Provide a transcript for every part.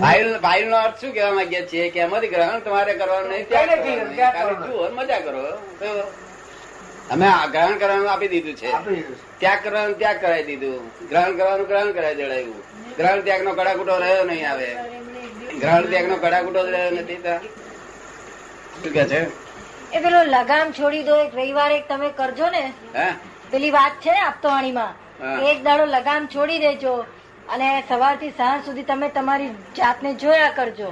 File file નો અર્થ શું કહેવા માંગીએ છીએ કે એમાંથી ગ્રહણ તમારે કરવાનું નહીં ત્યાગ કઈ કરવાનું નથી, નહીં. ત્યાગ ખાલી કરવાનું. જુઓ અને મજા કરો તો અમે આ ગ્રહણ કરવાનું આપી દીધું છે આપી દીધું છે. ત્યાગ કરવાનું ત્યાગ કરાવી દીધું ગ્રહણ કરવાનું ગ્રહણ કરાવી દેડાયું ગ્રહણ ત્યાગ નો કડાકૂટો રહ્યો નહીં આવે ગ્રહણ ત્યાગ નો કડાકૂટો જ રહ્યો નથી તો શું કે છે એ પેલો લગામ છોડી દો એક રવિવારે એક તમે કરજો ને હે પેલી વાત છે ને હા. આપતોવાણીમાં એક દાડો લગામ છોડી દેજો અને સવારથી સાંજ સુધી તમે તમારી જાતને જોયા કરજો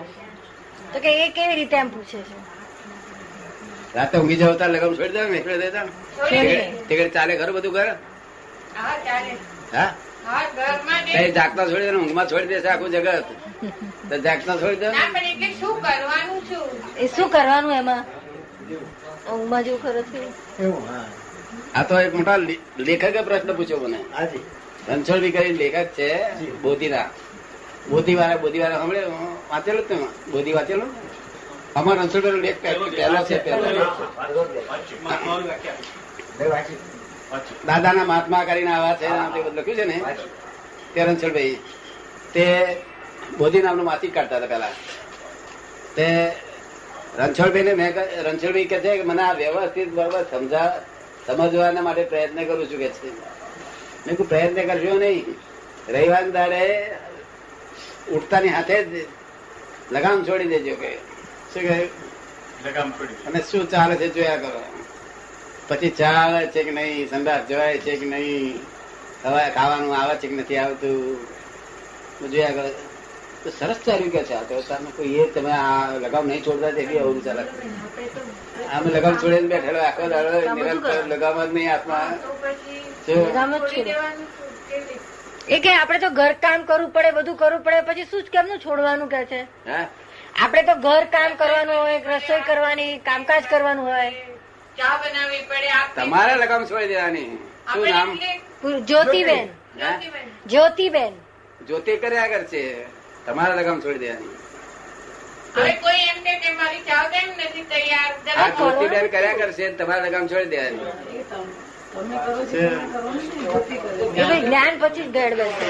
તો કે એ કેવી રીતે એમ પૂછે છે રાતે ઊંઘી જાવ તાર લગમ છોડી દે ને નીકળી દેતા ને. છોડી દે. તે ઘડી ચાલે ઘર બધું ઘર હા એ જાગતા છોડી દે ને ઊંઘમાં છોડી દેશે આખું જગત તો જાગતા છોડી દે ને. એ શું કરવાનું એમાં ઊંઘમાં જેવું કરો છો એવું હા આ તો એક મોટા લે- લેખકે પ્રશ્ન પૂછ્યો મને હાજી રણછોડભી કરીને લેખક છે જી. બોધીના બોધીવાળા બોધીવાળા સાંભળે હું વાંચેલું જ તમે બોધી વાંચેલું ને? આમાં રણછોડભાઈનો લેખ પહેલો પહેલો છે પહેલો ભાઈ વાંચી દાદાના મહાત્મા કરીને આવા છે આ તે બધું લખ્યું છે ને વાંચી તે રણછોડભાઈ તે બોધી નામનું માસિક કાઢતા હતા પેલા તે રણછોડભાઈને મેં ક- રણછોડભાઈ કહે છે કે મને આ વ્યવસ્થિત બરોબર સમજા સમજવાના માટે પ્રયત્ન કરું છું કે છે મેં કહ્યું પ્રયત્ન કરશો નહીં રવિવાર દાડે ઉઠતાની હાથે જ લગામ છોડી દેજો કે શું કહે અને શું ચાલે છે જોયા કરો પછી ચાલે છે કે નહીં સંદાસ જોવાય છે કે નહીં હવે ખાવાનું આવે છે કે નથી આવતું બધું જોયા કરો તો સરસ ચાલ્યું કે છે આ તો તમે કોઈ એ તમે આ લગામ નહીં છોડતા તે બી અવરું ચાલે આમ લગામ છોડીને બેઠેલો આખો દાડો નિરંતર લગામ જ નહીં હાથમાં જો, લગામ જ છોડી એ કે આપણે તો ઘર કામ કરવું પડે બધું કરવું પડે પછી શું જ કેમનું છોડવાનું કે છે હા આપણે તો ઘર કામ કરવાનું હોય રસોઈ કરવાની કામકાજ કરવાનું હોય ચા બનાવવી પડે આપણે તમારે લગામ છોડી દેવાની શું આપણે નામ એટલે પૂરું જ્યોતિબેન હા? જ્યોતિબેન, જ્યોતિબેન જ્યોતિ કર્યા આગળ છે તમારે લગામ છોડી દેવાની હવે કોઈ એમ કહે કે મારી ચા કેમ નથી તૈયાર આ જરા જ્યોતિ બેન કર્યા કરશે તમારે લગામ છોડી દેવાની એ તો જ્ઞાન પછી જ ગેડ બેસે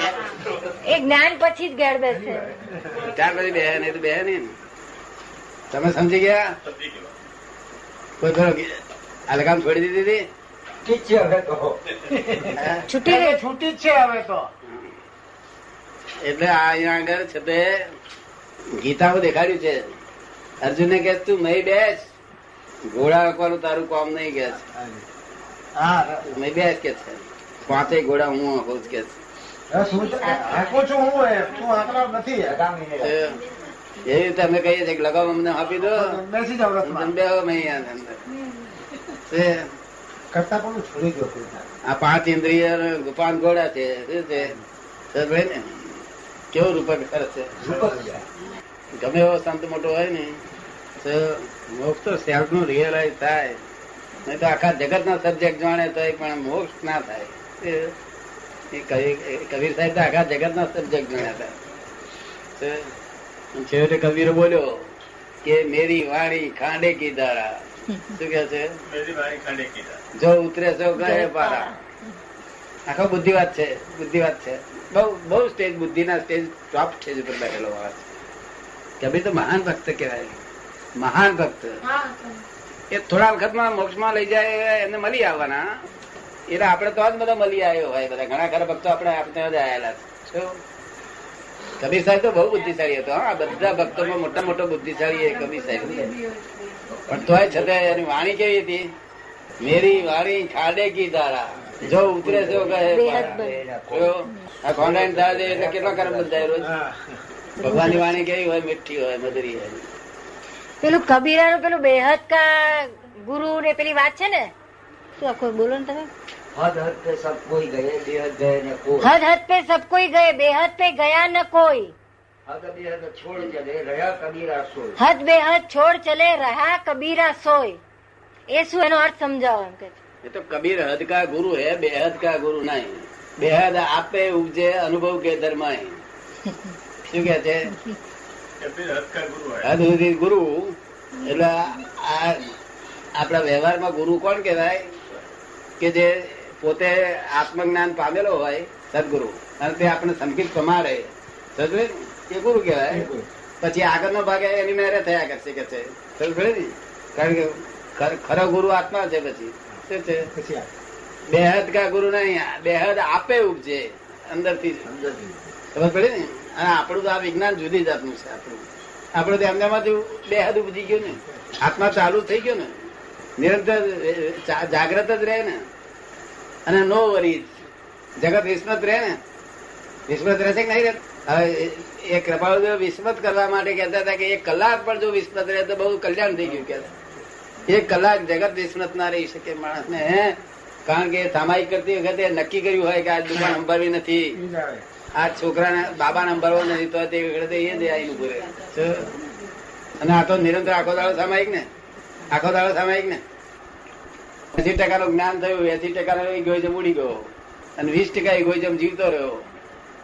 એ જ્ઞાન પછી જ ગેડ બેસે ત્યાર પછી બે નહીં તો બે નહીં ને. તમે સમજી ગયા કોઈ ખરો કે આ લગામ છોડી દીધી હતી ઠીક છે હવે તો હે? છૂટી ગઈ છૂટી જ છે હવે તો એટલે આ અહીંયા આગળ છે તે ગીતામાં દેખાડ્યું છે અર્જુને કે તું મય બેસ ઘોડા હાંકવાનું તારું કામ નહીં કે છે. હા તું મય બેસ કે છે પાંચેય ઘોડા હું હાંકું છું કે છે. રસ હું તો- હાંકું છું હું એમ તું આંકડા નથી એ એવી રીતે અમે કહીએ છીએ કે લગામ અમને આપી દો બેસી જાવ તમે રથમાં બે મહિના અંદર તે કરતા પણ છોડી દો કોઈ દાડો. આ પાંચ ઇન્દ્રિય ગોપાન ઘોડા છે શું છે સરસભાઈ ને કેવું રૂપક સરસ છે રૂપક છે. ગમે એવો સંત મોટો હોય ને તો મોક્ષ તો સેલ્ફ નું રિયલાઇઝ થાય નહીં તો આખા જગત ના સબ્જેક્ટ જાણે તો પણ મોક્ષ ના થાય એ- એ કવિ એ કબીર સાહેબ તો આખા જગત ના સબ્જેક્ટ જાણ્યા હતા તો અને છેવટે કબીર બોલ્યો કે મેરી વાણી ખાંડે કી દારા શું કે છે જો ઉતરે સૌ કહે પારા આખો બુદ્ધિ વાત છે બુદ્ધિ વાત છે બહુ બહુ સ્ટેજ બુદ્ધિના સ્ટેજ ટોપ સ્ટેજ ઉપર બેઠેલો માણસ કબીર તો મહાન ભક્ત કહેવાય મહાન ભક્ત હા એ થોડા વખતમાં મોક્ષમાં લઈ જાય એવા એને મળી આવવાના એટલે આપણે તો જ બધા મળી આવ્યો હોય બધા ઘણા ખરા ભક્તો આપણે આપણે જ આવેલા છે શું? કબીર સાહેબ તો બહુ બુદ્ધિશાળી હતો હા બધા ભક્તોમાં મોટા મોટો બુદ્ધિશાળી એ કબીર સાહેબ હતો. પણ તોય છતાં એની વાણી કેવી હતી મેરી વાણી ખાડે કી દારા જો ઉતરે તો કહે પારા. જો, આ કોન્ડાઇન થાય છે એટલે કેટલો કરમ બંધાય રોજ હા. ભગવાનની વાણી કેવી હોય મીઠી હોય મધુરી હોય પેલું કબીરાનું પેલું બેહદ કા ગુરુ ને પેલી વાત છે ને શું આખો બોલો ને તમે હદ હદ પે સબ કોઈ ગયે બેહદ ગયે ને કોઈ હદ હદ પે સબ કોઈ ગયે બેહદ પે ગયા ન કોઈ હદ બેહદ છોડ જલે રહ્યા કબીરા સોય હદ બેહદ છોડ ચલે રહા કબીરા સોય એ શું એનો અર્થ સમજાવો એમ કે છે. એ તો કબીર હદ કા ગુરુ હે બેહદ કા ગુરુ નહીં બેહદ આપે ઉપજે અનુભવ કે ધર્માય શું કે છે હદ સુધી ગુરુ એટલે આ આપણા વ્યવહારમાં ગુરુ કોણ કહેવાય કે જે પોતે આત્મજ્ઞાન પામેલો હોય સદગુરુ અને તે આપણે સંકિત પ્રમાણે સમજ્યું? એ ગુરુ કહેવાય પછી આગળના ભાગે એની મેરે થયા કરશે કે છે ખબર પડી ને? કારણ કે ખર- ખરો ગુરુ આત્મા છે પછી શું છે પછી આ. બેહદ કા ગુરુ નહીં બેહદ આપે ઉપજે અંદરથી જ. સમજાતું. ખબર પડી ને અને આપણું તો આ વિજ્ઞાન જુદી જાતનું છે આપણું આપણે તો એમનામાંથી બેહદ ઉપજી ગયું ને આત્મા ચાલુ થઈ ગયો ને નિરંતર જા- જાગ્રત જ રહે ને અને નો વરી જગત વિસ્મત રહે ને વિસ્મત રહેશે કે નહીં રહે હવે એ- એ કૃપાળુ વિસ્મત કરવા માટે કહેતા હતા કે એક કલાક પણ જો વિસ્મત રહે તો બહુ કલ્યાણ થઈ ગયું કહેતા એક કલાક જગત વિસ્મત ના રહી શકે માણસને હે કારણ કે સામાયિક કરતી વખતે નક્કી કર્યું હોય કે આ દુકાન સંભાળવી નથી ઈ જ આવે. આ છોકરાને બાબાને અંબાડવો નથી તો તે વખતે એ જ આવીને ઉભું રહે. તો અને આ તો નિરંતર આખો દાડો સામાયિક ને આખો દાડો સામાયિક ને એસી ટકાનું જ્ઞાન થયું એસી ટકાનો ઇગોઇઝમ ઉડી ગયો અને વીસ ટકા ઇગોઇઝમ જીવતો રહ્યો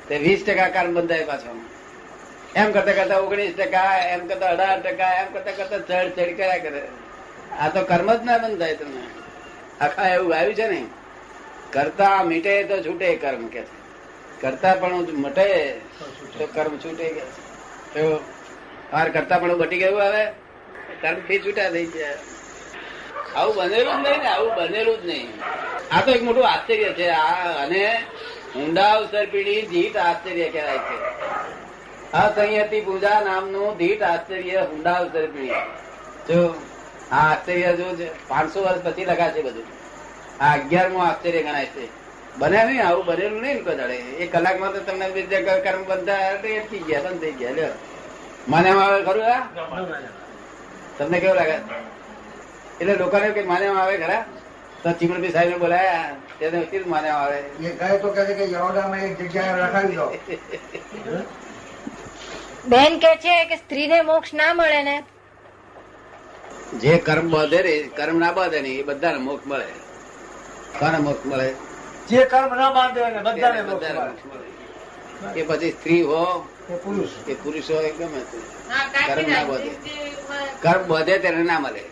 તે વીસ ટકા કર્મ બંધાય પાછો એમ કરતા કરતા ઓગણીસ ટકા એમ કરતા અઢાર ટકા એમ કરતા કરતા ચડ ચડ કર્યા કરે આ તો કર્મ જ ના બંધાય તમને આખા એવું આવ્યું છે ને કરતા મીટે તો છૂટે કર્મ કે છે કરતા પણ મટે તો કર્મ છૂટે ગયા છે. તો મારે કરતા પણ બટી ગયું હવે કર્મ થી છૂટા થઈ ગયા આવું બનેલું જ નહીં ને આવું બનેલું જ નહીં આ તો એક મોટું આશ્ચર્ય છે આ અને ઊંડાવસર પીઢી ધીટ આશ્ચર્ય કહેવાય છે અસંયતી પૂજા નામનું ધીટ આશ્ચર્ય ઊંડાવસર પીઢી જો આ આશ્ચર્ય જો છે પાંચસો વર્ષ પછી લગાશે બધું આ અગિયારમું આશ્ચર્ય ગણાય છે બને નહીં આવું બનેલું નહીં ને કોઈ દાડે એક કલાકમાં તો તમને બીજા ક- કર્મ બંધા એટલે અટકી ગયા બંધ થઈ ગયા લ્યો મને એમ આવે ખરું આ તમને કેવું લાગે એટલે લોકોને કે માને એમ આવે ખરા તો ચીમણભી સાહેબને બોલાયા તેને કીધું માને એમ આવે એ કહે તો કહે છે કે યરોડામાં એક જગ્યાએ રખાવી દો બેન કે છે કે સ્ત્રીને મોક્ષ ના મળે ને જે કર્મ બાંધે ને કર્મ ના બાંધે ને એ બધાને મોક્ષ મળે કોને મોક્ષ મળે જે કર્મ ના બાંધે એને બધાને બધાને મોક્ષ મળે. મોક્ષ મળે એ પછી સ્ત્રી હો એ પુરુષ કે પુરુષ હોય ગમે તે હા, કાઢી કર્મ ના નાખ. વધે. જે- જે- કર્મ વધે તેને ના મળે